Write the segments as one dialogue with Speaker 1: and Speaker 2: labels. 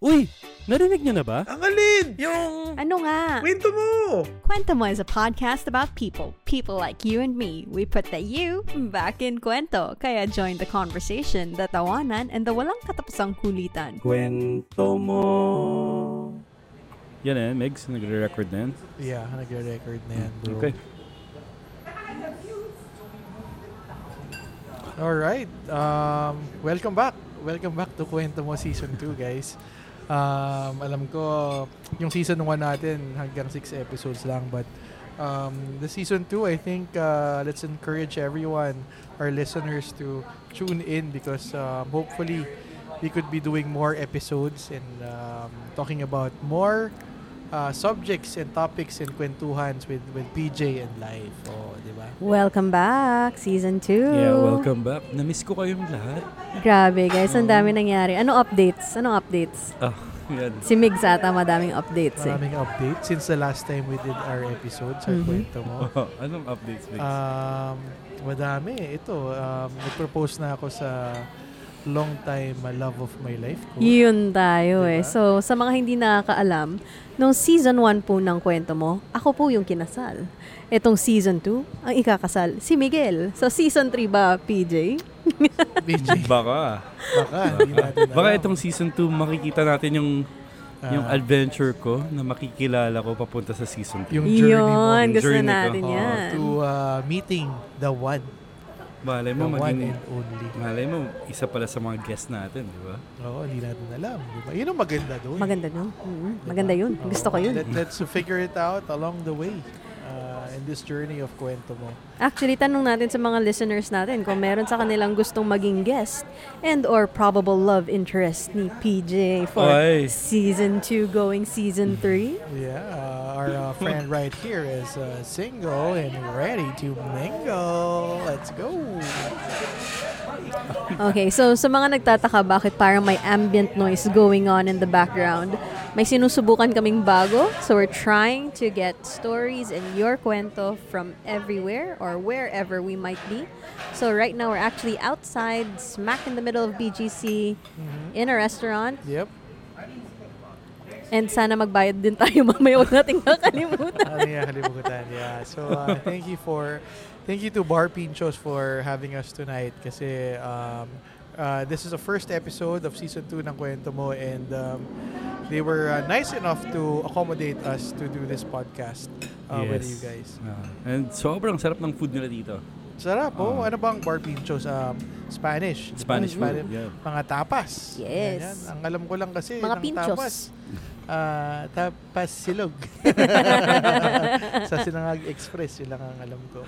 Speaker 1: Uy, narinig nyo na ba?
Speaker 2: Ang alin! Yung...
Speaker 3: Ano nga?
Speaker 2: Kwento mo!
Speaker 3: Cuento Mo is a podcast about people, people like you and me. We put the you back in Cuento, kaya join the conversation, the tawanan, and the walang katapusang kulitan.
Speaker 1: Kwento mo. Yan eh, Megs, nagre-record na yan.
Speaker 2: Yeah, nagre-record na yan, bro.
Speaker 1: Okay.
Speaker 2: Alright. Um, welcome back. Welcome back to Kwento Mo Season 2, guys. Um, alam ko, yung Season 1 natin, hanggang 6 episodes lang. But um, the Season 2, I think, uh, let's encourage everyone, our listeners, to tune in because um, hopefully we could be doing more episodes and um, talking about more uh, subjects and topics and kwentuhans with, with PJ and life. Oh, di ba?
Speaker 3: Welcome back, Season 2.
Speaker 1: Yeah, welcome back. Namiss ko kayong lahat.
Speaker 3: Grabe guys, ang dami nangyari. Ano updates? Ano updates?
Speaker 1: Ah, yan.
Speaker 3: Si Migs ata madaming updates eh.
Speaker 2: Maraming update since the last time we did our episode sa
Speaker 3: Mhm.
Speaker 2: kwento mo.
Speaker 1: Oh, anong updates, Megs?
Speaker 2: Um, madami. Ito, um, nag-propose na ako sa long time uh, love of my life ko.
Speaker 3: Yun tayo eh.
Speaker 2: Diba?
Speaker 3: So, sa mga hindi nakakaalam, nung season 1 po ng kwento mo, ako po yung kinasal. Etong season 2, ang ikakasal, si Miguel. So, season 3 ba, PJ?
Speaker 2: BJ,
Speaker 1: Baka.
Speaker 2: baka. hindi natin
Speaker 1: Baka
Speaker 2: alam.
Speaker 1: itong season 2 makikita natin yung
Speaker 2: Ah,
Speaker 1: yung adventure ko na makikilala ko papunta sa season 2.
Speaker 2: Ah, yung journey mo
Speaker 3: Yun,
Speaker 1: Yung
Speaker 3: gusto
Speaker 1: journey ko.
Speaker 3: na natin
Speaker 2: Oh,
Speaker 3: yan.
Speaker 2: to uh, meeting the one.
Speaker 1: Malay
Speaker 2: The
Speaker 1: mo,
Speaker 2: one
Speaker 1: Ano,
Speaker 2: eh.
Speaker 1: maging,
Speaker 2: and only.
Speaker 1: malay mo, isa pala sa mga guest natin, di ba?
Speaker 2: Oo, hindi natin alam. di ba? Yun ang maganda doon.
Speaker 3: Maganda no? Mm, maganda yun.
Speaker 2: Oo.
Speaker 3: Gusto ko yun.
Speaker 2: Let, let's figure it out along the way uh, in this journey of kwento mo.
Speaker 3: Actually, tanong natin sa mga listeners natin kung meron sa kanilang gustong maging guest and or probable love interest ni PJ for
Speaker 1: Ay.
Speaker 3: season 2 going season 3.
Speaker 2: Yeah, uh, our uh, friend right here is uh, single and ready to mingle. Let's go.
Speaker 3: Okay, so sa mga nagtataka bakit parang may ambient noise going on in the background, may sinusubukan kaming bago. So we're trying to get stories and your kwento from everywhere or wherever we might be. So right now we're actually outside, smack in the middle of BGC, in a restaurant.
Speaker 2: Yep.
Speaker 3: And sana magbayad din tayo mamaya. Huwag nating kakalimutan.
Speaker 2: Ano yan, kalimutan. Yeah. So, uh, thank you for, thank you to Bar Pinchos for having us tonight kasi um, uh, this is the first episode of season 2 ng Kwento Mo and um, they were uh, nice enough to accommodate us to do this podcast uh, with you guys.
Speaker 1: Ah, and sobrang sarap ng food nila dito.
Speaker 2: Sarap, oh.
Speaker 1: Ah.
Speaker 2: Ano bang bar pinchos? Um, Spanish. di ba?
Speaker 1: Spanish food. Yeah.
Speaker 2: Mga tapas.
Speaker 3: Yes.
Speaker 2: Ganyan. Ang alam ko lang kasi ng
Speaker 3: Mga
Speaker 2: tapas.
Speaker 3: pinchos.
Speaker 2: ah, tapas silog. Sa Sinangag Express, yun lang ang alam ko.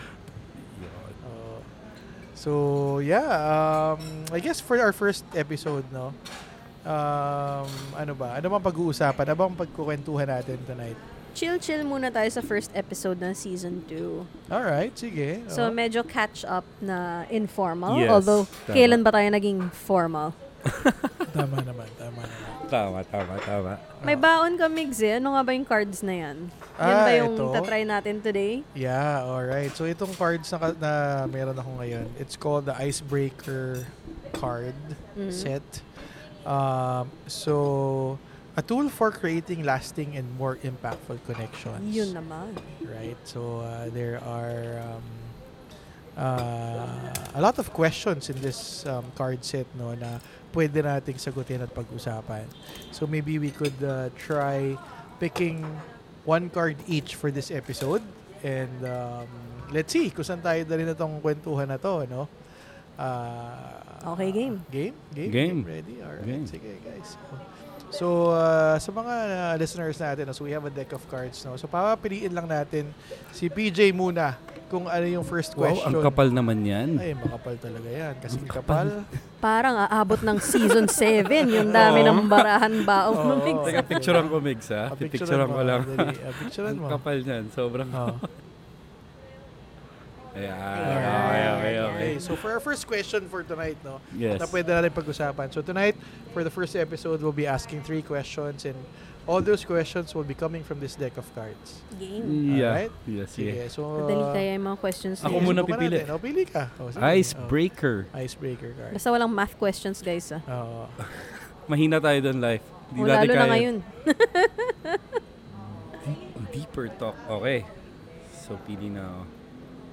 Speaker 2: Oo. so, yeah. Um, I guess for our first episode, no? Um, ano ba? Ano bang pag-uusapan? Ano bang pagkukwentuhan natin tonight?
Speaker 3: Chill-chill muna tayo sa first episode ng season 2.
Speaker 2: Alright, sige.
Speaker 3: So
Speaker 2: Oo.
Speaker 3: medyo catch-up na informal.
Speaker 1: Uh-huh. Yes,
Speaker 3: although,
Speaker 1: tama.
Speaker 3: kailan ba tayo naging formal?
Speaker 2: Oh, tama naman, tama naman.
Speaker 1: Tama, tama, tama.
Speaker 3: May baon ka, Migs, eh. Ano nga ba yung cards na yan? Yan
Speaker 2: Ah,
Speaker 3: ba yung
Speaker 2: ito?
Speaker 3: tatry natin today?
Speaker 2: Yeah, alright. So itong cards na, ka- na meron ako ngayon, it's called the Icebreaker card
Speaker 3: Mm.
Speaker 2: set. Um, so, a tool for creating lasting and more impactful connections.
Speaker 3: Yun naman.
Speaker 2: Right? So, uh, there are um, uh, a lot of questions in this um, card set no, na pwede nating sagutin at pag-usapan. So, maybe we could uh, try picking one card each for this episode. And um, let's see kung saan tayo dali na tong kwentuhan na to, no? Ah,
Speaker 3: Okay, game.
Speaker 2: Game? Game?
Speaker 1: Game.
Speaker 2: Ready? Alright.
Speaker 1: Game.
Speaker 2: Sige, guys. So, uh, sa mga uh, listeners natin, so we have a deck of cards, no? So, papapiliin lang natin si PJ muna kung ano yung first
Speaker 1: Wow,
Speaker 2: question.
Speaker 1: ang kapal naman yan.
Speaker 2: Ay, makapal talaga yan. Kasi
Speaker 1: Ang
Speaker 2: kapal.
Speaker 3: Parang aabot ng season 7. Yung dami
Speaker 1: Oo.
Speaker 3: ng barahan baon
Speaker 2: Oo.
Speaker 3: ng Migs.
Speaker 1: Teka, picturean ko, Migs, ha? Pipicturean ko Ah, lang.
Speaker 2: Picturean
Speaker 1: Ang
Speaker 2: mo.
Speaker 1: kapal Ah, niyan. Sobrang...
Speaker 2: Oh.
Speaker 1: Ayan. Okay,
Speaker 3: Ayan.
Speaker 1: okay, okay.
Speaker 2: Okay, so for our first question for tonight, no?
Speaker 1: Yes.
Speaker 2: na pwede natin pag-usapan. So tonight, for the first episode, we'll be asking three questions and all those questions will be coming from this deck of cards.
Speaker 3: Game.
Speaker 1: Yeah.
Speaker 2: Alright?
Speaker 1: Yes, yeah.
Speaker 2: Sige, so...
Speaker 3: Madali tayo yung mga questions na
Speaker 1: Ah. Ako
Speaker 3: yan.
Speaker 1: muna
Speaker 2: subukan
Speaker 1: pipili.
Speaker 2: natin. O, pili ka. O, sige.
Speaker 1: Icebreaker.
Speaker 2: O, icebreaker card. Oh,
Speaker 3: Basta walang math questions, guys, ah.
Speaker 2: Oo.
Speaker 1: Mahina tayo doon life. Hindi natin
Speaker 3: O, Oh, lalo
Speaker 1: kaya.
Speaker 3: na
Speaker 1: oh,
Speaker 3: ngayon.
Speaker 1: Deeper talk. Okay. So, pili na ako.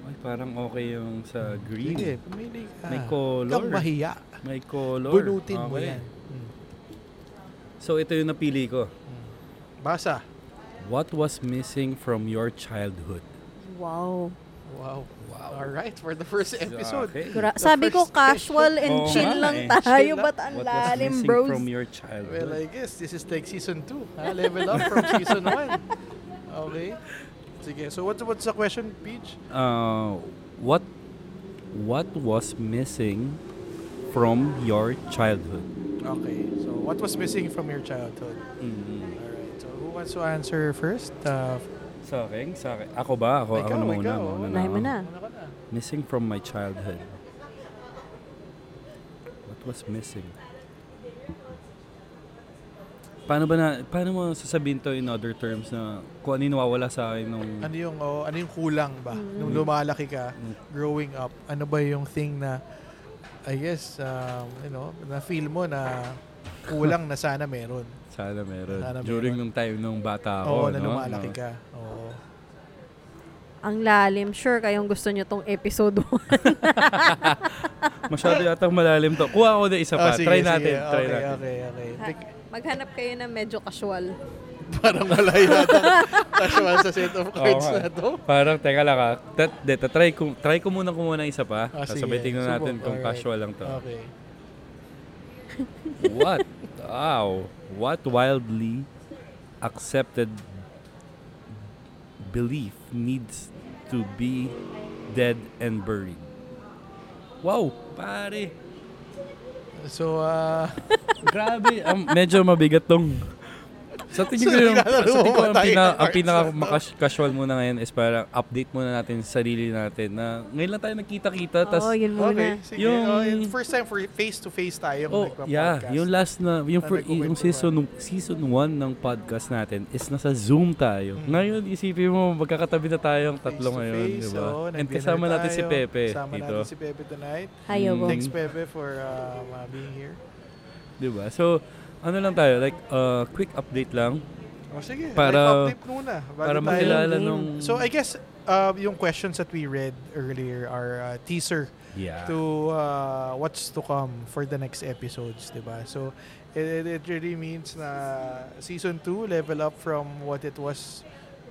Speaker 1: Ay, parang okay yung sa
Speaker 2: Sige,
Speaker 1: green.
Speaker 2: pumili ka.
Speaker 1: May
Speaker 2: Huwag
Speaker 1: color.
Speaker 2: kang mahiya.
Speaker 1: May color.
Speaker 2: Bunutin mo
Speaker 1: Okay.
Speaker 2: yan. Mm.
Speaker 1: So, ito yung napili ko.
Speaker 2: hmm. Basa.
Speaker 1: What was missing from your childhood?
Speaker 3: Wow.
Speaker 2: Wow.
Speaker 1: Wow.
Speaker 2: All right, for the first episode.
Speaker 1: Okay.
Speaker 3: Gra-
Speaker 2: The
Speaker 3: sabi ko
Speaker 2: first
Speaker 3: casual
Speaker 1: question.
Speaker 3: and
Speaker 1: Oo
Speaker 3: chill
Speaker 1: nga
Speaker 3: lang
Speaker 1: eh.
Speaker 3: tayo.
Speaker 2: Chill lang.
Speaker 3: Ba't ang
Speaker 1: What was
Speaker 3: lalim,
Speaker 1: missing
Speaker 3: bros?
Speaker 1: from your
Speaker 2: Well,
Speaker 1: childhood?
Speaker 2: I guess this is like season 2. Ha? Level up from season 1. Okay. Sige, so what's, what's the question, Peach?
Speaker 1: Uh, what what was missing from your childhood?
Speaker 2: Okay, so what was missing from your childhood?
Speaker 1: Mm.
Speaker 2: All right, so who wants to answer first? Uh,
Speaker 1: Sa akin? Sa akin? Ako ba? Ako, ako
Speaker 2: Ikaw,
Speaker 1: na muna.
Speaker 2: ikaw.
Speaker 1: muna na
Speaker 3: Unahin mo
Speaker 1: ako.
Speaker 3: na.
Speaker 2: ano ka na?
Speaker 1: Missing from my childhood. What was missing? Paano ba na, paano mo sasabihin to in other terms na kung ano yung nawawala sa akin nung,
Speaker 2: Ano yung, oh, ano yung kulang ba? Nung
Speaker 1: Mm.
Speaker 2: lumalaki ka,
Speaker 1: Mm.
Speaker 2: growing up, ano ba yung thing na, I guess, um, you know, na-feel mo na kulang na sana meron.
Speaker 1: sana meron.
Speaker 2: Sana meron.
Speaker 1: During nung time nung bata
Speaker 2: Oo,
Speaker 1: ako.
Speaker 2: na
Speaker 1: Ah, no?
Speaker 2: lumalaki
Speaker 1: No.
Speaker 2: ka. Oo.
Speaker 3: Ang lalim. Sure, kayong gusto nyo tong episode 1.
Speaker 1: Masyado yata malalim to. Kuha ako na isa
Speaker 2: Ah,
Speaker 1: pa.
Speaker 2: sige,
Speaker 1: try
Speaker 2: sige.
Speaker 1: natin. Try
Speaker 2: okay, ah.
Speaker 1: natin.
Speaker 2: Okay, okay, Big-
Speaker 3: Maghanap kayo na medyo casual.
Speaker 2: Parang wala yata. Casual sa set of cards
Speaker 1: Oo nga.
Speaker 2: na to.
Speaker 1: Parang, teka lang ha. Ta, de, ta, try, ko, try ko muna kung muna isa pa.
Speaker 2: Ah,
Speaker 1: Tapos
Speaker 2: sige.
Speaker 1: sabay tingnan natin
Speaker 2: Subok.
Speaker 1: kung
Speaker 2: Alright.
Speaker 1: casual lang to.
Speaker 2: Okay. Ah.
Speaker 1: What? Wow. What wildly accepted belief needs to be dead and buried? Wow, pare.
Speaker 2: So, ah...
Speaker 1: Grabe. Um, medyo mabigat tong. Sa tingin ko, yung,
Speaker 2: Sorry,
Speaker 1: sa tingin ko ang,
Speaker 2: tayo
Speaker 1: pina,
Speaker 2: ng
Speaker 1: ang pinaka
Speaker 2: arts.
Speaker 1: makas- casual muna ngayon is parang update muna natin sa sarili natin na ngayon lang tayo nagkita-kita. tas,
Speaker 3: Oo, yun muna.
Speaker 2: okay, sige.
Speaker 1: Yung-
Speaker 2: Oh, yung first time for face-to-face tayo
Speaker 1: Oh,
Speaker 2: nagpa-podcast.
Speaker 1: yeah. Yung last na, yung,
Speaker 2: Na
Speaker 1: fir- yung season
Speaker 2: nagkukwentuhan.
Speaker 1: season 1 ng podcast natin is nasa Zoom tayo.
Speaker 2: Hmm.
Speaker 1: Ngayon, isipin mo, magkakatabi na tayong tatlo ngayon, di ba?
Speaker 2: oh,
Speaker 1: And
Speaker 2: nag-dinner
Speaker 1: kasama natin si
Speaker 2: tayo.
Speaker 1: Pepe
Speaker 2: Kasama
Speaker 1: dito,
Speaker 2: natin si Pepe tonight.
Speaker 3: Ayaw
Speaker 1: Mm.
Speaker 3: mo.
Speaker 2: Thanks, Pepe, for um, uh, being here.
Speaker 1: di ba? So, ano lang tayo, like, uh, quick update lang
Speaker 2: O Oh, sige,
Speaker 1: Para-
Speaker 2: life update muna. bago
Speaker 1: para
Speaker 2: tayo-
Speaker 1: makilala
Speaker 3: Game.
Speaker 1: nung...
Speaker 2: So, I guess, uh, yung questions that we read earlier are uh, teaser
Speaker 1: yeah.
Speaker 2: to uh, what's to come for the next episodes, 'di ba? So it, it- it really means na season 2 level up from what it was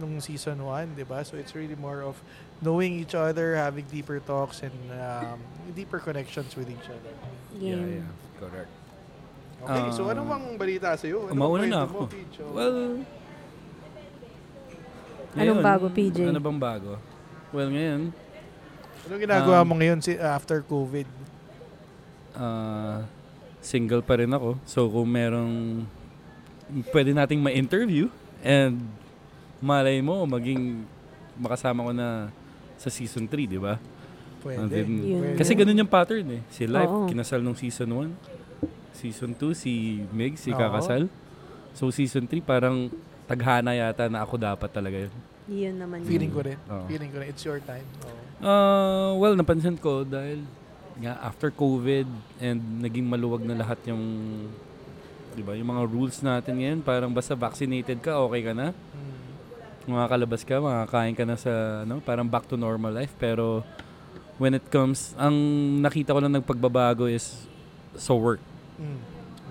Speaker 2: nung season 1, 'di ba? So it's really more of knowing each other, having deeper talks and um, deeper connections with each other.
Speaker 1: Yeah,
Speaker 3: Game.
Speaker 1: yeah. Correct.
Speaker 2: Okay, so
Speaker 1: Ah.
Speaker 2: ano mang balita Ano sa iyo?
Speaker 1: Mauna na ako. Well, ngayon,
Speaker 3: Anong bago, PJ?
Speaker 1: Ano bang bago? Well, ngayon,
Speaker 2: ano ginagawa
Speaker 1: um,
Speaker 2: mo ngayon si after COVID?
Speaker 1: Ah, single pa rin ako. So kung merong pwede nating ma-interview and malay mo maging makasama ko na sa season 3, di ba?
Speaker 2: Pwede.
Speaker 1: Ang din-
Speaker 3: Yun.
Speaker 1: Kasi ganun yung pattern eh. Si Life,
Speaker 3: Oo.
Speaker 1: kinasal nung season 1. Season 2, si Meg, si
Speaker 2: Oo.
Speaker 1: kakasal. So season 3, parang taghana yata na ako dapat talaga yun.
Speaker 3: Yun naman yun.
Speaker 2: feeling ko rin.
Speaker 1: Oo.
Speaker 2: Feeling ko rin it's your time. Oh. Oo.
Speaker 1: Ah, well, napansin ko dahil nga after COVID and naging maluwag na lahat yung 'di ba, yung mga rules natin ngayon, parang basta vaccinated ka, okay ka na.
Speaker 2: Mm.
Speaker 1: Makakalabas ka, makakain ka na sa ano, parang back to normal life, pero when it comes, ang nakita ko lang nagpagbabago is sa work.
Speaker 2: Mm.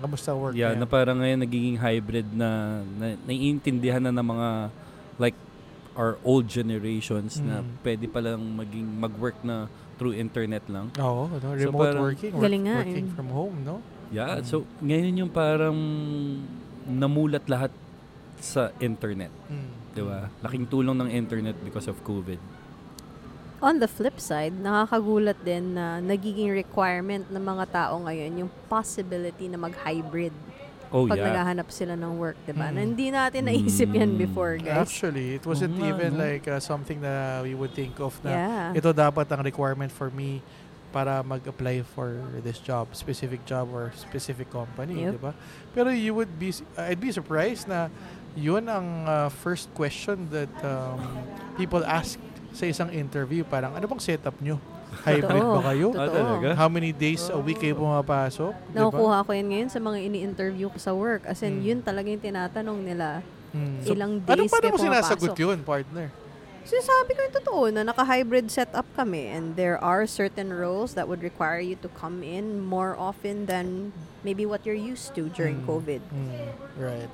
Speaker 2: Kamusta work?
Speaker 1: Yeah,
Speaker 2: ngayon?
Speaker 1: na parang ngayon nagiging hybrid na, na naiintindihan na ng mga like our old generations na
Speaker 2: Mm.
Speaker 1: pwede palang maging mag-work na through internet lang.
Speaker 2: Oo, no,
Speaker 1: So,
Speaker 2: remote
Speaker 1: parang-
Speaker 2: working, work-
Speaker 3: Galing nga eh.
Speaker 2: working from home, no?
Speaker 1: Yeah,
Speaker 2: Mm.
Speaker 1: so ngayon yung parang namulat lahat sa internet,
Speaker 2: Mm.
Speaker 1: 'di ba? Laking tulong ng internet because of COVID.
Speaker 3: On the flip side, nakakagulat din na nagiging requirement ng mga tao ngayon yung possibility na mag-hybrid
Speaker 1: Oh
Speaker 3: pag
Speaker 1: yeah.
Speaker 3: naghahanap sila ng work, di ba?
Speaker 2: Mm.
Speaker 3: Na hindi natin naisip yan
Speaker 1: Mm.
Speaker 3: before, guys.
Speaker 2: Actually, it wasn't
Speaker 1: Oo nga,
Speaker 2: even
Speaker 1: no?
Speaker 2: like uh, something na we would think of na
Speaker 3: Yeah.
Speaker 2: ito dapat ang requirement for me para mag-apply for this job, specific job or specific company,
Speaker 3: Yep.
Speaker 2: di ba? Pero you would be, I'd be surprised na yun ang uh, first question that um, people asked sa isang interview. Parang, ano bang setup nyo? Hybrid ba kayo?
Speaker 1: Ah,
Speaker 3: Totoo.
Speaker 1: talaga?
Speaker 2: How many days a week kayo pumapasok? Diba?
Speaker 3: Nakukuha ko yan ngayon sa mga ini-interview ko sa work. As
Speaker 2: Mm.
Speaker 3: in, yun talaga yung tinatanong nila.
Speaker 2: Hmm.
Speaker 1: So,
Speaker 3: Ilang days
Speaker 2: Ano paano
Speaker 3: kayo
Speaker 2: mo sinasagot
Speaker 3: pumapasok?
Speaker 2: yun, partner?
Speaker 3: Sinasabi ko yung totoo na naka-hybrid setup kami and there are certain roles that would require you to come in more often than maybe what you're used to during
Speaker 2: Mm.
Speaker 3: COVID.
Speaker 2: Hmm. Right.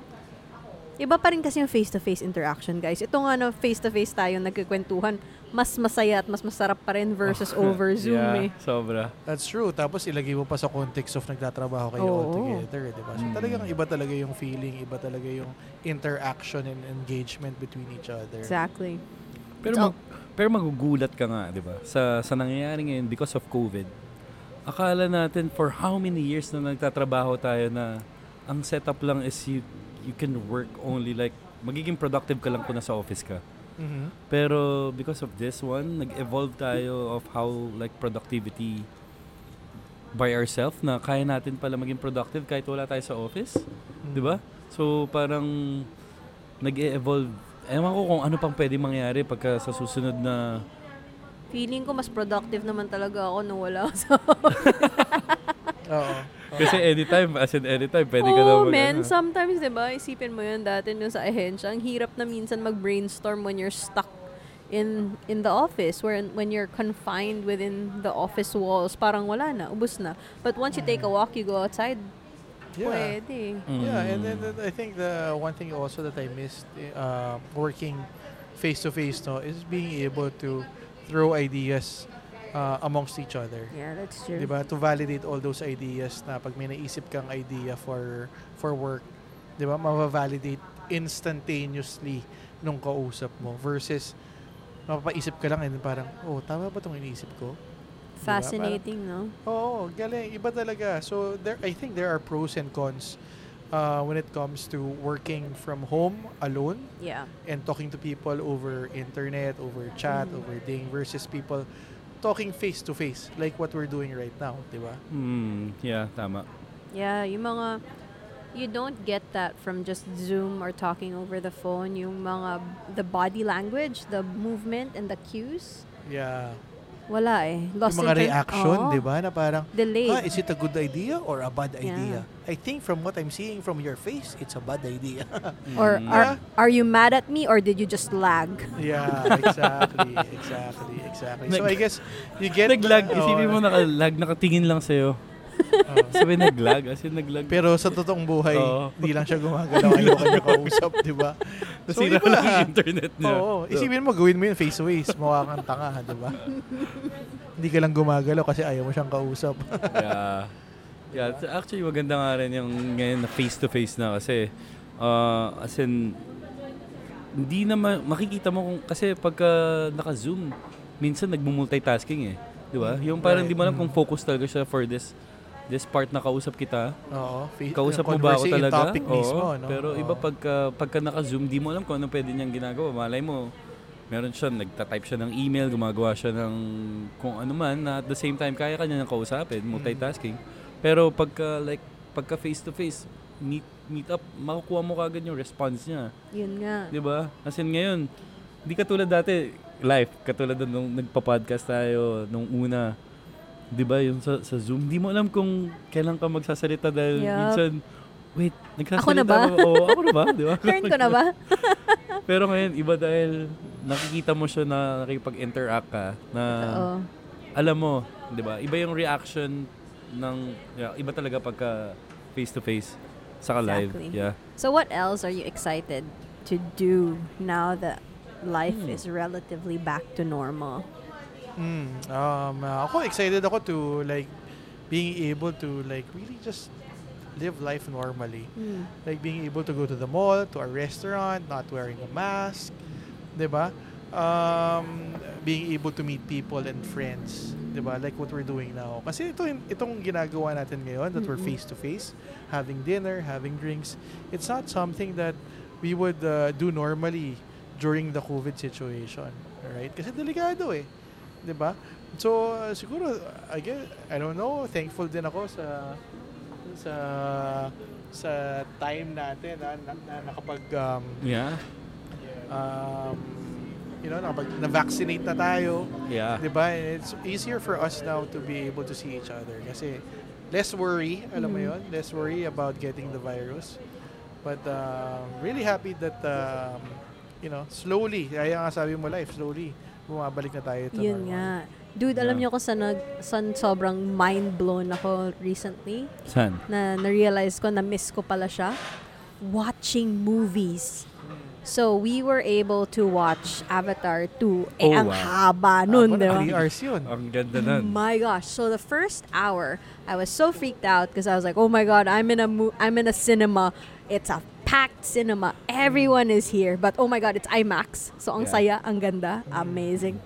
Speaker 3: Iba pa rin kasi yung face-to-face interaction, guys. Ito nga na face-to-face tayo nagkikwentuhan, mas masaya at mas masarap pa rin versus over Zoom eh.
Speaker 1: yeah, sobra.
Speaker 2: That's true. Tapos ilagay mo pa sa context of nagtatrabaho kayo
Speaker 3: Oo.
Speaker 2: all together, di ba? So
Speaker 1: Mm.
Speaker 2: talagang iba talaga yung feeling, iba talaga yung interaction and engagement between each other.
Speaker 3: Exactly.
Speaker 1: Pero
Speaker 3: So-
Speaker 1: mag- pero magugulat ka nga, 'di ba? Sa sa nangyayari ngayon because of COVID. Akala natin for how many years na nagtatrabaho tayo na ang setup lang is you you can work only like magiging productive ka lang kung nasa office ka.
Speaker 2: Mhm.
Speaker 1: Pero because of this one, nag-evolve tayo of how like productivity by ourselves na kaya natin pala maging productive kahit wala tayo sa office,
Speaker 2: Mm.
Speaker 1: 'di ba? So parang nag-evolve. Ewan ko kung ano pang pwede mangyari pagka sa susunod na
Speaker 3: Feeling ko mas productive naman talaga ako nung wala ako sa
Speaker 2: Mm-hmm. Oo.
Speaker 1: Kasi anytime, as in anytime, pwede ka na
Speaker 3: Oo,
Speaker 1: mag-
Speaker 3: man.
Speaker 1: ano.
Speaker 3: Sometimes, di ba, isipin mo yun dati nung sa ahensya. Ang hirap na minsan mag-brainstorm when you're stuck in in the office where when you're confined within the office walls parang wala na ubus na but once you take a walk you go outside
Speaker 2: Oh, Yeah.
Speaker 3: pwede
Speaker 1: Mm.
Speaker 2: Yeah, and then then I think the one thing also that I missed uh, working face to face no is being able to throw ideas uh, amongst each other.
Speaker 3: yeah that's true
Speaker 2: Diba? To validate all those ideas na pag may naisip kang idea for for work, 'di ba? Mabavalidate instantaneously nung kausap mo versus mapapaisip ka lang and then parang, oh, tama ba tong iniisip ko? Diba?
Speaker 3: fascinating no
Speaker 2: Oo, galing. Iba talaga. So, there, I think there are pros and cons uh, when it comes to working from home alone
Speaker 3: yeah
Speaker 2: and talking to people over internet, over chat,
Speaker 3: Mm.
Speaker 2: over ding versus people talking face to face like what we're doing right now, diba? 'di ba?
Speaker 1: Mm, yeah, tama.
Speaker 3: Yeah, yung mga you don't get that from just Zoom or talking over the phone, yung mga the body language, the movement and the cues.
Speaker 2: Yeah.
Speaker 3: Wala eh. Lost
Speaker 2: yung mga
Speaker 3: in trans-
Speaker 2: reaction,
Speaker 3: Oo.
Speaker 2: 'di ba? Na parang
Speaker 3: Delayed.
Speaker 2: Ah, is it a good idea or a bad
Speaker 3: Yeah.
Speaker 2: idea? I think from what I'm seeing from your face, it's a bad idea.
Speaker 3: Or
Speaker 1: Mm.
Speaker 2: Hmm.
Speaker 3: are, are you mad at me or did you just lag?
Speaker 2: yeah, exactly, exactly, exactly. So
Speaker 1: Nag-
Speaker 2: I guess you get Oh.
Speaker 1: naglag,
Speaker 2: Oo,
Speaker 1: isipin mo nakalag, nakatingin lang sa'yo.
Speaker 2: oo.
Speaker 1: Sabi naglag, as in naglag.
Speaker 2: Pero sa totoong buhay,
Speaker 1: Oo.
Speaker 2: di lang siya gumagalaw. Ayoko niya kausap, di ba? so,
Speaker 1: Nasira
Speaker 2: iba.
Speaker 1: lang yung internet niya.
Speaker 2: Oo. Isipin mo, gawin mo yun face-to-face. Mukha kang tanga, di ba? Hindi ka lang gumagalaw kasi ayaw mo siyang kausap.
Speaker 1: yeah. Yeah, it's actually maganda nga rin yung ngayon na face-to-face na kasi uh, as in, hindi na ma- makikita mo kung, kasi pagka naka-zoom, minsan nagmumultitasking eh. Di ba? Yung parang
Speaker 2: Right.
Speaker 1: di mo alam kung focus talaga siya for this this part na kausap kita.
Speaker 2: Oo. Face-
Speaker 1: Kausap mo ba ako
Speaker 2: conversing,
Speaker 1: talaga?
Speaker 2: topic
Speaker 1: Oo,
Speaker 2: mismo, no?
Speaker 1: Pero
Speaker 2: Oo.
Speaker 1: iba pagka, pagka naka-zoom, di mo alam kung ano pwede niyang ginagawa. Malay mo, meron siya, nagta-type siya ng email, gumagawa siya ng kung ano man, na at the same time, kaya kanya niyang kausapin,
Speaker 2: Mm.
Speaker 1: multitasking. Pero pagka, like, pagka face-to-face, meet, meet up, makukuha mo kagad yung response niya.
Speaker 3: Yun nga.
Speaker 1: Di ba? As in ngayon, di katulad dati, live, katulad nung nagpa-podcast tayo nung una, di ba, yung sa, sa Zoom, di mo alam kung kailan ka magsasalita dahil
Speaker 3: Yup.
Speaker 1: minsan, wait, nagsasalita
Speaker 3: Ako na ba?
Speaker 1: ba? Oo, ako na ba? Di ba?
Speaker 3: Turn ko na ba?
Speaker 1: Pero ngayon, iba dahil nakikita mo siya na nakipag-interact ka, na
Speaker 2: Ah.
Speaker 3: Oo.
Speaker 1: alam mo, di ba, iba yung reaction ng, yeah, iba talaga pagka face-to-face saka live.
Speaker 3: Exactly.
Speaker 1: Yeah.
Speaker 3: So what else are you excited to do now that life
Speaker 1: Hmm.
Speaker 3: is relatively back to normal?
Speaker 2: Mm, um, uh, ako excited ako to like being able to like really just live life normally. Like being able to go to the mall, to a restaurant, not wearing a mask, 'di ba? Um, being able to meet people and friends, 'di ba? Like what we're doing now. Kasi ito itong ginagawa natin ngayon that we're
Speaker 3: Mm-mm.
Speaker 2: face to face, having dinner, having drinks. It's not something that we would uh, do normally during the COVID situation, right? Kasi delikado eh, 'di ba? So uh, siguro I guess I don't know, thankful din ako sa sa sa time natin ah, na, na, nakapag um,
Speaker 1: Yeah.
Speaker 2: um, you know, nakapag, na-vaccinate na tayo.
Speaker 1: Yeah.
Speaker 2: Di ba? Diba? And It's easier for us now to be able to see each other kasi less worry, alam
Speaker 3: Mm.
Speaker 2: mo yun, less worry about getting the virus. But uh, really happy that, um, you know, slowly, kaya nga sabi mo life, slowly, bumabalik na tayo. to
Speaker 3: Yun
Speaker 2: normal.
Speaker 3: nga. Dude, alam
Speaker 1: Yeah.
Speaker 3: niyo ko sa nag, saan sobrang mind-blown ako recently
Speaker 1: San?
Speaker 3: na na-realize ko na miss ko pala siya. Watching movies. So, we were able to watch Avatar 2. Eh,
Speaker 1: Oh,
Speaker 3: ang
Speaker 1: wow.
Speaker 3: haba
Speaker 2: Habang
Speaker 3: nun, di ba?
Speaker 2: 3 hours yun.
Speaker 1: Ang ganda nun.
Speaker 3: My gosh! So the first hour, I was so freaked out because I was like, "Oh my god, I'm in a mo- I'm in a cinema. It's a packed cinema. Everyone is here. But oh my god, it's IMAX. So ang
Speaker 1: Yeah.
Speaker 3: saya, ang ganda, amazing."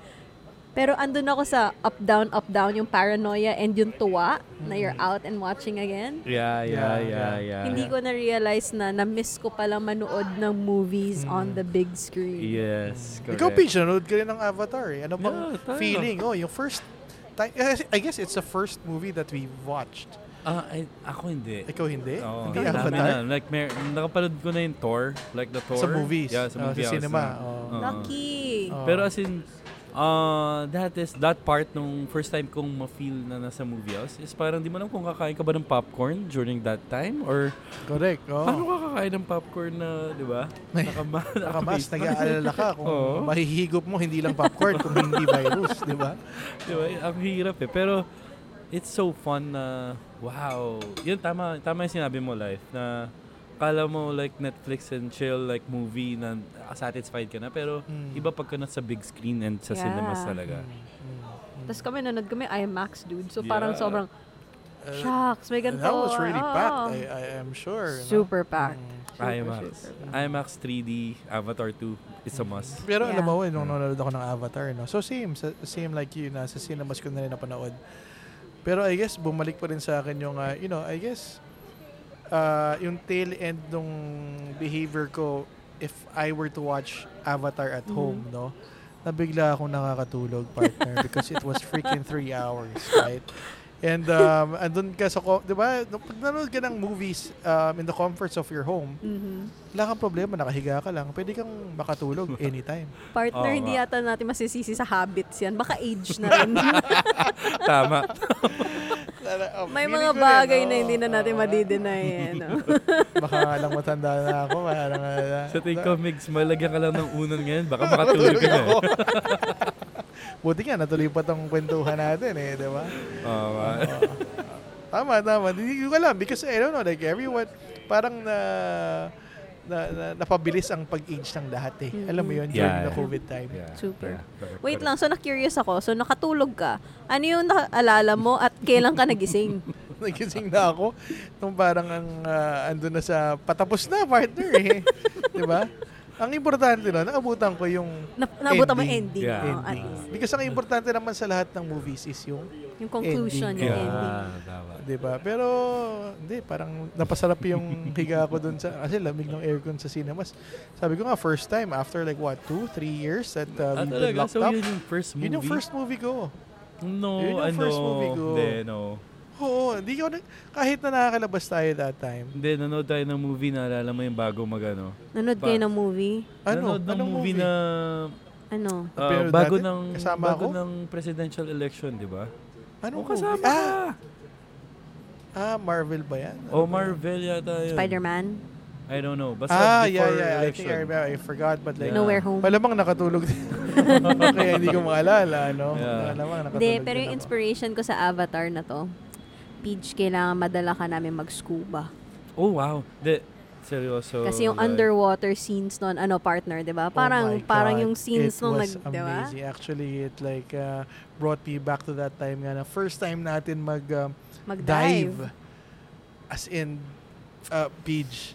Speaker 3: Pero andun ako sa up down up down yung paranoia and yung tuwa na you're out and watching again.
Speaker 1: Yeah, yeah,
Speaker 2: Yeah,
Speaker 1: yeah,
Speaker 2: yeah.
Speaker 1: yeah.
Speaker 3: Hindi ko na realize na na miss ko pala manood ng movies
Speaker 1: Hmm.
Speaker 3: on the big screen.
Speaker 1: Yes, correct.
Speaker 2: Mm. Ikaw, Paige, nanood ka rin ng Avatar eh. Ano bang
Speaker 1: Yeah, tayo.
Speaker 2: feeling? Oh, yung first, ti- eh, I guess it's the first movie that we watched.
Speaker 1: Ah, ay, ako hindi.
Speaker 2: Ikaw hindi?
Speaker 1: Oo,
Speaker 2: eh? hindi
Speaker 1: ang dami
Speaker 2: Avatar?
Speaker 1: na. Like, mer- nakapanood ko na yung Thor. Like the Thor.
Speaker 2: Sa movies.
Speaker 1: Yeah, sa,
Speaker 2: Oh,
Speaker 1: movie
Speaker 2: sa
Speaker 1: house
Speaker 2: cinema.
Speaker 1: na.
Speaker 2: Oh.
Speaker 1: Oo.
Speaker 3: Lucky.
Speaker 2: Oh.
Speaker 1: Pero as in, uh, that is, that part nung first time kong ma-feel na nasa movie house is parang di mo alam kung kakain ka ba ng popcorn during that time or
Speaker 2: Correct. Oh.
Speaker 1: paano ka kakain ng popcorn na, di ba?
Speaker 2: May-
Speaker 1: Nakama,
Speaker 2: Nakamas,
Speaker 1: nakabase.
Speaker 2: nag-aalala ka kung
Speaker 1: Oo.
Speaker 2: mahihigop mo hindi lang popcorn kung hindi virus, di ba?
Speaker 1: Di ba? Ang hirap eh. Pero, it's so fun na, wow. Yun, tama, tama yung sinabi mo, life, na kala mo like Netflix and chill, like movie na satisfied ka na. Pero,
Speaker 2: Mm.
Speaker 1: Hmm. iba pagka na sa big screen and sa
Speaker 3: Yeah. Mm-hmm.
Speaker 1: cinemas talaga.
Speaker 2: Hmm.
Speaker 3: Tapos kami nanood kami IMAX, dude. So
Speaker 1: Yeah.
Speaker 3: parang sobrang Shucks, may
Speaker 2: Hmm.
Speaker 3: ganito.
Speaker 2: Uh, that was really
Speaker 3: ah.
Speaker 2: packed, I, I am sure. no? Hmm.
Speaker 3: Super packed.
Speaker 1: Mm-hmm.
Speaker 3: Super,
Speaker 1: IMAX.
Speaker 3: super.
Speaker 1: IMAX 3D, Avatar 2, it's a must.
Speaker 2: Pero alam
Speaker 3: Yeah.
Speaker 2: mo, nung nanonood ako ng Avatar, no? so same, sa- same like you, nasa cinemas ko na rin napanood. Pero I guess, bumalik pa rin sa akin yung, ah, you know, I guess, ah, yung tail end nung behavior ko if I were to watch Avatar at home, no? Nabigla akong nakakatulog, partner, because it was freaking three hours, right? And um, andun ka sa, co- di ba, nung- pag nanonood ka ng movies um, in the comforts of your home,
Speaker 3: Mhm.
Speaker 2: wala kang problema, nakahiga ka lang, pwede kang makatulog anytime.
Speaker 3: Partner,
Speaker 1: Oo
Speaker 3: hindi
Speaker 1: nga.
Speaker 3: yata natin masisisi sa habits yan. Baka age na rin.
Speaker 1: Tama.
Speaker 2: Tara, oh,
Speaker 3: May
Speaker 2: feeling
Speaker 3: mga
Speaker 2: ko rin,
Speaker 3: bagay
Speaker 2: oh,
Speaker 3: na hindi na natin
Speaker 2: oh,
Speaker 3: madideny. eh, no?
Speaker 2: Baka nga lang matanda na ako. Parang, uh,
Speaker 1: sa tingin ko, Migs, malagyan ka lang ng unan ngayon. Baka makatulog ka na. eh.
Speaker 2: Buti nga, natuloy pa tong kwentuhan natin eh, di ba?
Speaker 1: Oo, ah. nga.
Speaker 2: Tama, tama. Hindi ko alam because I don't know, like everyone, parang na, na, na napabilis ang pag-age ng lahat eh.
Speaker 3: Mm.
Speaker 2: Alam mo yun,
Speaker 1: Yeah,
Speaker 2: during the
Speaker 1: yeah.
Speaker 2: COVID time.
Speaker 1: Yeah,
Speaker 3: Super.
Speaker 1: yeah, correct,
Speaker 3: Wait
Speaker 1: correct.
Speaker 3: lang, so na-curious ako. So nakatulog ka. Ano yung nakaalala mo at kailan ka nagising?
Speaker 2: Nagising na ako nung parang ang ah, andun na sa patapos na partner eh. di ba? Ang importante na, naabutan ko yung
Speaker 3: Na naabutan mo
Speaker 2: Ending.
Speaker 3: ending.
Speaker 1: Yeah.
Speaker 3: oo, Ah, at
Speaker 2: ending.
Speaker 3: least.
Speaker 2: Because ang importante naman sa lahat ng movies is yung,
Speaker 3: Yung conclusion,
Speaker 2: Ending.
Speaker 3: yung
Speaker 1: Yeah,
Speaker 3: ending.
Speaker 1: tama.
Speaker 2: 'di ba? Pero hindi parang napasarap yung higa ko doon sa kasi lamig ng aircon sa cinemas. Sabi ko nga first time after like what, two, three years that uh,
Speaker 1: Ah,
Speaker 2: we've been
Speaker 1: talaga?
Speaker 2: locked
Speaker 1: So,
Speaker 2: up.
Speaker 1: yun yung first movie?
Speaker 2: Yun yung first movie ko.
Speaker 1: No,
Speaker 2: Yun yung
Speaker 1: ano,
Speaker 2: first movie ko.
Speaker 1: Hindi, no.
Speaker 2: Oo, hindi ko na- kahit na nakakalabas tayo that time.
Speaker 1: Hindi, nanood tayo ng movie na alala mo yung bago magano.
Speaker 3: Nanood
Speaker 1: Pa-
Speaker 3: kayo ng movie?
Speaker 2: Ano?
Speaker 1: nanood ng
Speaker 2: Anong
Speaker 1: movie, na
Speaker 3: Ano?
Speaker 1: ah,
Speaker 2: Pero
Speaker 1: bago
Speaker 2: dati,
Speaker 1: ng
Speaker 2: kasama
Speaker 1: bago
Speaker 2: ako?
Speaker 1: ng presidential election, di ba?
Speaker 2: Anong
Speaker 1: Oh, kasama
Speaker 2: movie? Ah,
Speaker 1: ka.
Speaker 2: ah, Marvel ba 'yan?
Speaker 1: Oh, Marvel yata yun.
Speaker 3: Spider-Man?
Speaker 1: I don't know. Basta
Speaker 2: Ah,
Speaker 1: before
Speaker 2: yeah, yeah. I
Speaker 1: election.
Speaker 2: think I remember. I forgot, but like,
Speaker 1: Yeah.
Speaker 3: Nowhere Home?
Speaker 2: malamang nakatulog din. Kaya hindi ko maalala, no?
Speaker 1: Yeah.
Speaker 2: Malamang nakatulog
Speaker 3: Hindi, pero
Speaker 2: din
Speaker 3: yung
Speaker 2: ako.
Speaker 3: inspiration ko sa avatar na to, Peach, kailangan madala ka namin mag-scuba.
Speaker 1: Oh, wow. Hindi, seryoso.
Speaker 3: Kasi yung
Speaker 1: like,
Speaker 3: underwater scenes nun, ano, partner, di ba? Parang,
Speaker 2: Oh my
Speaker 3: parang
Speaker 2: God.
Speaker 3: yung scenes
Speaker 2: it
Speaker 3: nung nag,
Speaker 2: was
Speaker 3: di ba?
Speaker 2: amazing. Actually, it like uh, brought me back to that time nga na first time natin mag um,
Speaker 3: Mag-dive.
Speaker 2: dive as in uh,
Speaker 1: like,
Speaker 2: beach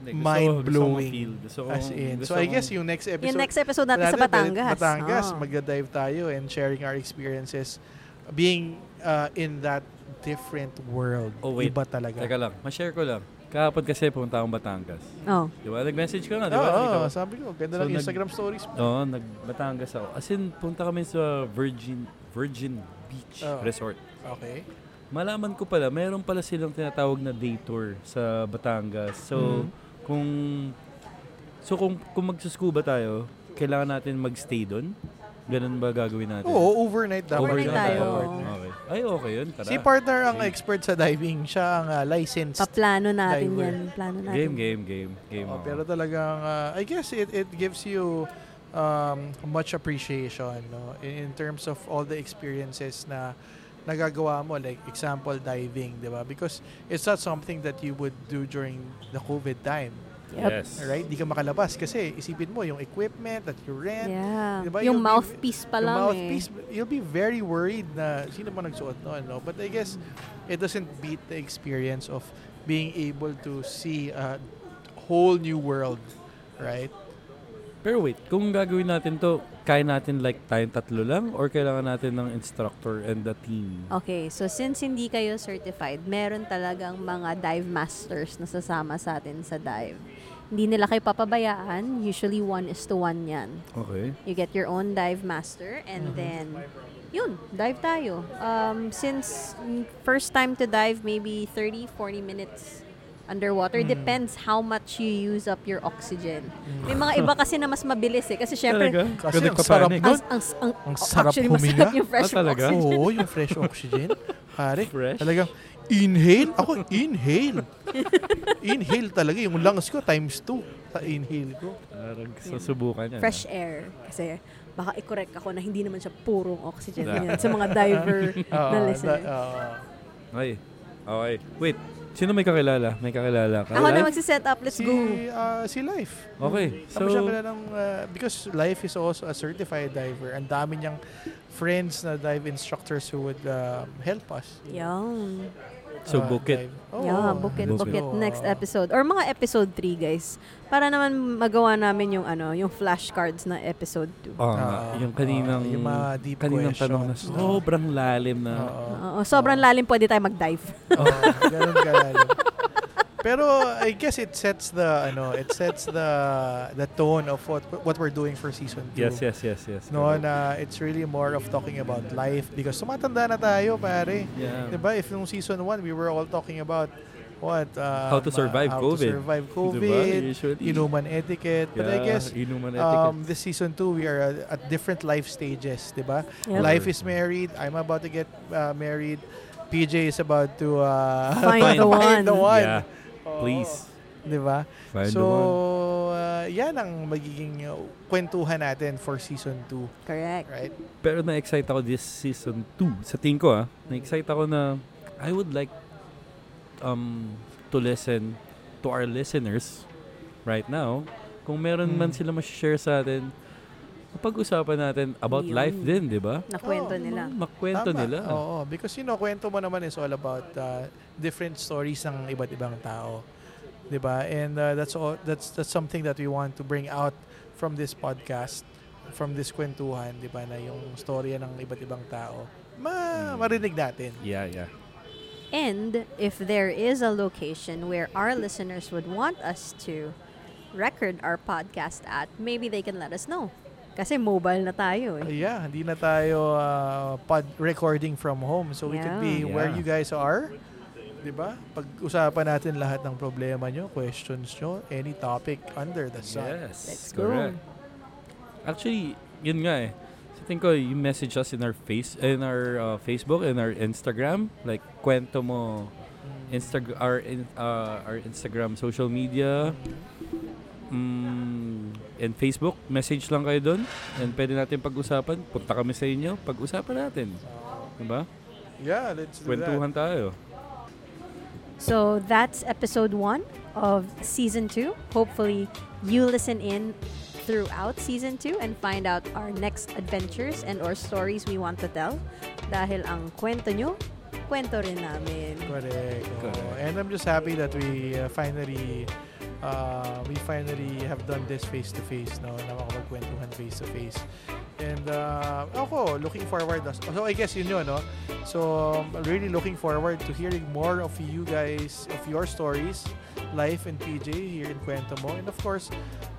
Speaker 1: gusto ko-
Speaker 2: mind-blowing.
Speaker 1: Gusto kong feel. Gusto kong,
Speaker 2: as in.
Speaker 1: Oh, gusto
Speaker 2: So I
Speaker 1: kong-
Speaker 2: guess yung next episode
Speaker 3: Yung next episode natin sa Batangas. oh.
Speaker 2: Batangas,
Speaker 3: Oo.
Speaker 2: magda-dive tayo and sharing our experiences being uh, in that different world.
Speaker 1: Oh, wait.
Speaker 2: Iba talaga.
Speaker 1: Teka lang, ma-share ko lang. Kahapon kasi pumunta akong Batangas.
Speaker 3: Oh.
Speaker 1: Di ba? Nag-message ka na, di
Speaker 2: Oo,
Speaker 1: ba? Nakita
Speaker 2: oo,
Speaker 1: ko.
Speaker 2: sabi ko, ganda
Speaker 1: So,
Speaker 2: ng
Speaker 1: nag-
Speaker 2: Instagram stories. mo.
Speaker 1: Oo, nag-Batangas ako. As in, punta kami sa Virgin Virgin Beach
Speaker 2: Oo.
Speaker 1: Resort.
Speaker 2: Okay.
Speaker 1: Malaman ko pala, meron pala silang tinatawag na day tour sa
Speaker 2: Mm-hmm.
Speaker 1: Batangas. So, kung so kung, kung magsuscuba tayo, kailangan natin magstay doon? Ganun ba gagawin natin?
Speaker 2: Oo, overnight dapat.
Speaker 3: Overnight
Speaker 1: Overnight
Speaker 3: tayo.
Speaker 1: dapat. Okay. Ay, okay yun. Tara.
Speaker 2: Si partner ang expert sa diving. Siya ang ah, licensed.
Speaker 3: Paplano natin
Speaker 2: Diver.
Speaker 3: yan. Plano natin.
Speaker 1: Game, game, game. Game.
Speaker 2: Oo,
Speaker 1: oo.
Speaker 2: pero talagang, ah, I guess it, it gives you um, much appreciation no? in, in terms of all the experiences na nagagawa mo. Like, example, diving, di ba? Because it's not something that you would do during the COVID time.
Speaker 3: Yep.
Speaker 1: Yes.
Speaker 2: Right? Di ka makalabas kasi isipin mo yung equipment that you rent,
Speaker 3: Yeah.
Speaker 2: Diba, you'll be-
Speaker 3: yung mouthpiece
Speaker 2: Yung
Speaker 3: pa lang eh.
Speaker 2: mouthpiece, you'll be very worried na sino ba nagsuot noon, no? But I guess it doesn't beat the experience of being able to see a whole new world, right?
Speaker 1: Pero wait, kung gagawin natin to, kaya natin like tayong tatlo lang or kailangan natin ng instructor and the team?
Speaker 3: eh. Okay, so since hindi kayo certified, meron talagang mga dive masters na sasama sa atin sa dive. Hindi nila kayo papabayaan. Usually, one is to one yan.
Speaker 1: Okay.
Speaker 3: You get your own dive master
Speaker 2: Mm-hmm.
Speaker 3: and then yun, dive tayo. Um, since mm, first time to dive, maybe 30, 40 minutes
Speaker 2: Mm.
Speaker 3: underwater. Depends how much you use up your oxygen. May mga iba kasi na mas mabilis eh. Kasi syempre,
Speaker 2: Kasi
Speaker 1: Kasi
Speaker 2: ang sarap
Speaker 1: nagpapanik.
Speaker 3: ang, ang, ang,
Speaker 2: Ang sarap
Speaker 3: actually,
Speaker 2: huminga.
Speaker 3: masarap yung fresh
Speaker 1: Ah, talaga?
Speaker 3: oxygen.
Speaker 2: Oo, yung fresh oxygen. Pare,
Speaker 1: Fresh?
Speaker 2: talagang inhale. Ako, inhale. inhale talaga. Yung lungs ko times two sa inhale ko.
Speaker 1: Parang susubukan yan.
Speaker 3: Fresh air. Kasi baka i-correct ako na hindi naman siya purong oxygen. Ganyan, sa mga diver na
Speaker 2: Oo, da-
Speaker 3: listener.
Speaker 2: oo.
Speaker 1: ah. Ay. Okay. Wait, sino may kakilala? May kakilala ka?
Speaker 3: Ako na
Speaker 1: Live?
Speaker 3: magsiset up. Let's
Speaker 2: si,
Speaker 3: go.
Speaker 2: ah, si Life.
Speaker 1: Okay. So,
Speaker 2: So, siya pala ng, uh, because Life is also a certified diver. Ang dami niyang friends na dive instructors who would um, help us.
Speaker 3: Yan.
Speaker 1: so
Speaker 2: uh,
Speaker 1: book it.
Speaker 2: dive. Oo.
Speaker 3: yeah, book it, book
Speaker 1: Book
Speaker 3: it.
Speaker 2: Oo.
Speaker 3: Next episode. Or mga episode 3, guys. Para naman magawa namin yung ano, yung flashcards na episode 2.
Speaker 1: Oo nga.
Speaker 2: Ah,
Speaker 1: yung kaninang,
Speaker 2: ah, yung mga Ah, deep
Speaker 1: kaninang
Speaker 2: questions.
Speaker 1: tanong na sobrang lalim na.
Speaker 2: Oo.
Speaker 3: Oo, sobrang lalim pwede tayo mag-dive.
Speaker 2: Oo, ganun kalalim. Pero I guess it sets the ano, it sets the the tone of what what we're doing for season 2.
Speaker 1: Yes, yes, yes, yes.
Speaker 2: No,
Speaker 1: correct.
Speaker 2: na it's really more of talking about life because tumatanda na tayo, pare.
Speaker 1: Yeah.
Speaker 2: Diba? If nung season 1, we were all talking about what? um,
Speaker 1: How to survive
Speaker 2: uh, how
Speaker 1: COVID.
Speaker 2: to survive
Speaker 1: Diba?
Speaker 2: COVID.
Speaker 1: Usually.
Speaker 2: Inuman etiquette. But I
Speaker 1: Yeah,
Speaker 2: guess
Speaker 1: Inuman etiquette.
Speaker 2: um, this season 2, we are at, at different life stages, di ba?
Speaker 3: Yep.
Speaker 2: Life is married. I'm about to get uh, married. PJ is about to uh,
Speaker 3: Find the one.
Speaker 1: Yeah.
Speaker 2: Oo,
Speaker 1: Please.
Speaker 2: Di ba?
Speaker 1: Find
Speaker 2: Oh, diba? so,
Speaker 1: the one.
Speaker 2: uh, yan ang magiging uh, kwentuhan natin for season 2,
Speaker 3: Correct.
Speaker 2: right?
Speaker 1: Pero na-excite ako this season 2. Sa tingin ko ah, na-excite ako na I would like um to listen to our listeners right now. Kung meron man
Speaker 2: Hmm.
Speaker 1: sila ma-share sa atin, mapag-usapan natin about
Speaker 3: Yun.
Speaker 1: life din, di ba? Oh,
Speaker 3: Nakwento
Speaker 2: Oo,
Speaker 3: nila.
Speaker 1: Makwento
Speaker 2: Tama.
Speaker 1: nila.
Speaker 2: Oo, because you know, kwento mo naman is all about uh, different stories ng iba't ibang tao. 'Di ba? And uh, that's all that's that's something that we want to bring out from this podcast, from this kwentuhan, 'di ba, na yung storya ng iba't ibang tao.
Speaker 1: Mm.
Speaker 2: Ma marinig natin.
Speaker 1: Yeah, yeah.
Speaker 3: And if there is a location where our listeners would want us to record our podcast at, maybe they can let us know. Kasi mobile na tayo eh.
Speaker 2: Yeah, hindi na tayo uh, pod recording from home. So we could
Speaker 3: Yeah.
Speaker 2: be where
Speaker 1: Yeah.
Speaker 2: you guys are. 'Di ba? Pag-usapan natin lahat ng problema nyo, questions nyo, any topic under the sun.
Speaker 1: Yes.
Speaker 3: Let's go.
Speaker 1: Correct. Actually, yun nga eh. So, tingin ko, you message us in our face, in our uh, Facebook, in our Instagram. Like, kwento mo
Speaker 2: Mm.
Speaker 1: Instagram, our, in, uh, our Instagram social media, mm, and Facebook. Message lang kayo doon. And pwede natin pag-usapan. Punta kami sa inyo. Pag-usapan natin. Diba?
Speaker 2: Yeah, let's do that.
Speaker 1: Kwentuhan tayo.
Speaker 3: So that's episode one of season two. Hopefully, you listen in throughout season two and find out our next adventures and or stories we want to tell. Dahil ang kwento nyo, kwento rin namin.
Speaker 2: Correct. oo.
Speaker 1: Correct.
Speaker 2: And I'm just happy that we uh, finally uh, we finally have done this face to face no na makapagkwentuhan face to face. And uh, ako, looking forward. na- So I guess yun yun, no? So I'm really looking forward to hearing more of you guys, of your stories, life and PJ here in Kwento Mo. And of course,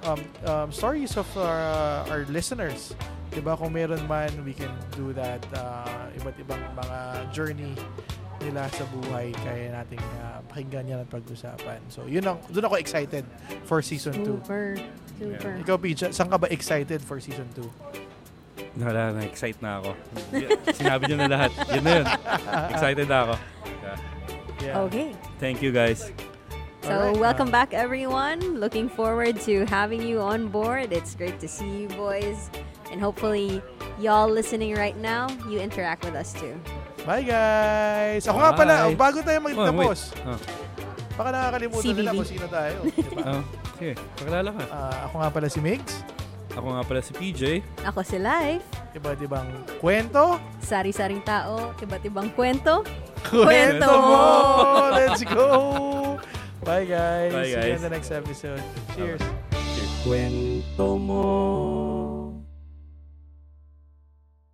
Speaker 2: um, um, stories of our, uh, our listeners. Diba kung meron man, we can do that uh, iba't ibang mga journey nila sa buhay kaya nating uh, pakinggan yan at pag-usapan. So, yun ang, doon ako excited for season 2.
Speaker 3: Super. Super.
Speaker 2: Ikaw, PJ, saan ka ba excited for season 2?
Speaker 1: Wala, na-excite na ako. Sinabi niyo na lahat. Yun na yun. Excited na ako.
Speaker 3: Okay.
Speaker 1: Thank you guys.
Speaker 3: So, welcome back, everyone. Looking forward to having you on board. It's great to see you, boys. And hopefully, y'all listening right now, you interact with us too.
Speaker 2: Bye, guys! Ako nga pala,
Speaker 1: Bye.
Speaker 2: bago tayo
Speaker 1: Oh, wait.
Speaker 2: magtapos,
Speaker 1: Oh,
Speaker 2: baka nakakalimutan nila
Speaker 3: CBB.
Speaker 2: kung sino tayo. Diba?
Speaker 1: oh. Sige, pakilala ka.
Speaker 2: Ah, ako nga pala si Migs.
Speaker 1: Ako nga pala si PJ.
Speaker 3: Ako si Life.
Speaker 2: Iba't ibang kwento.
Speaker 3: Sari-saring tao, iba't ibang kwento.
Speaker 2: Kwento
Speaker 3: Kwento
Speaker 2: mo!
Speaker 3: mo!
Speaker 2: Let's go! Bye, guys!
Speaker 1: Bye,
Speaker 2: See you
Speaker 1: guys.
Speaker 2: in the next episode. Cheers!
Speaker 1: Cheers.
Speaker 4: Kwento mo.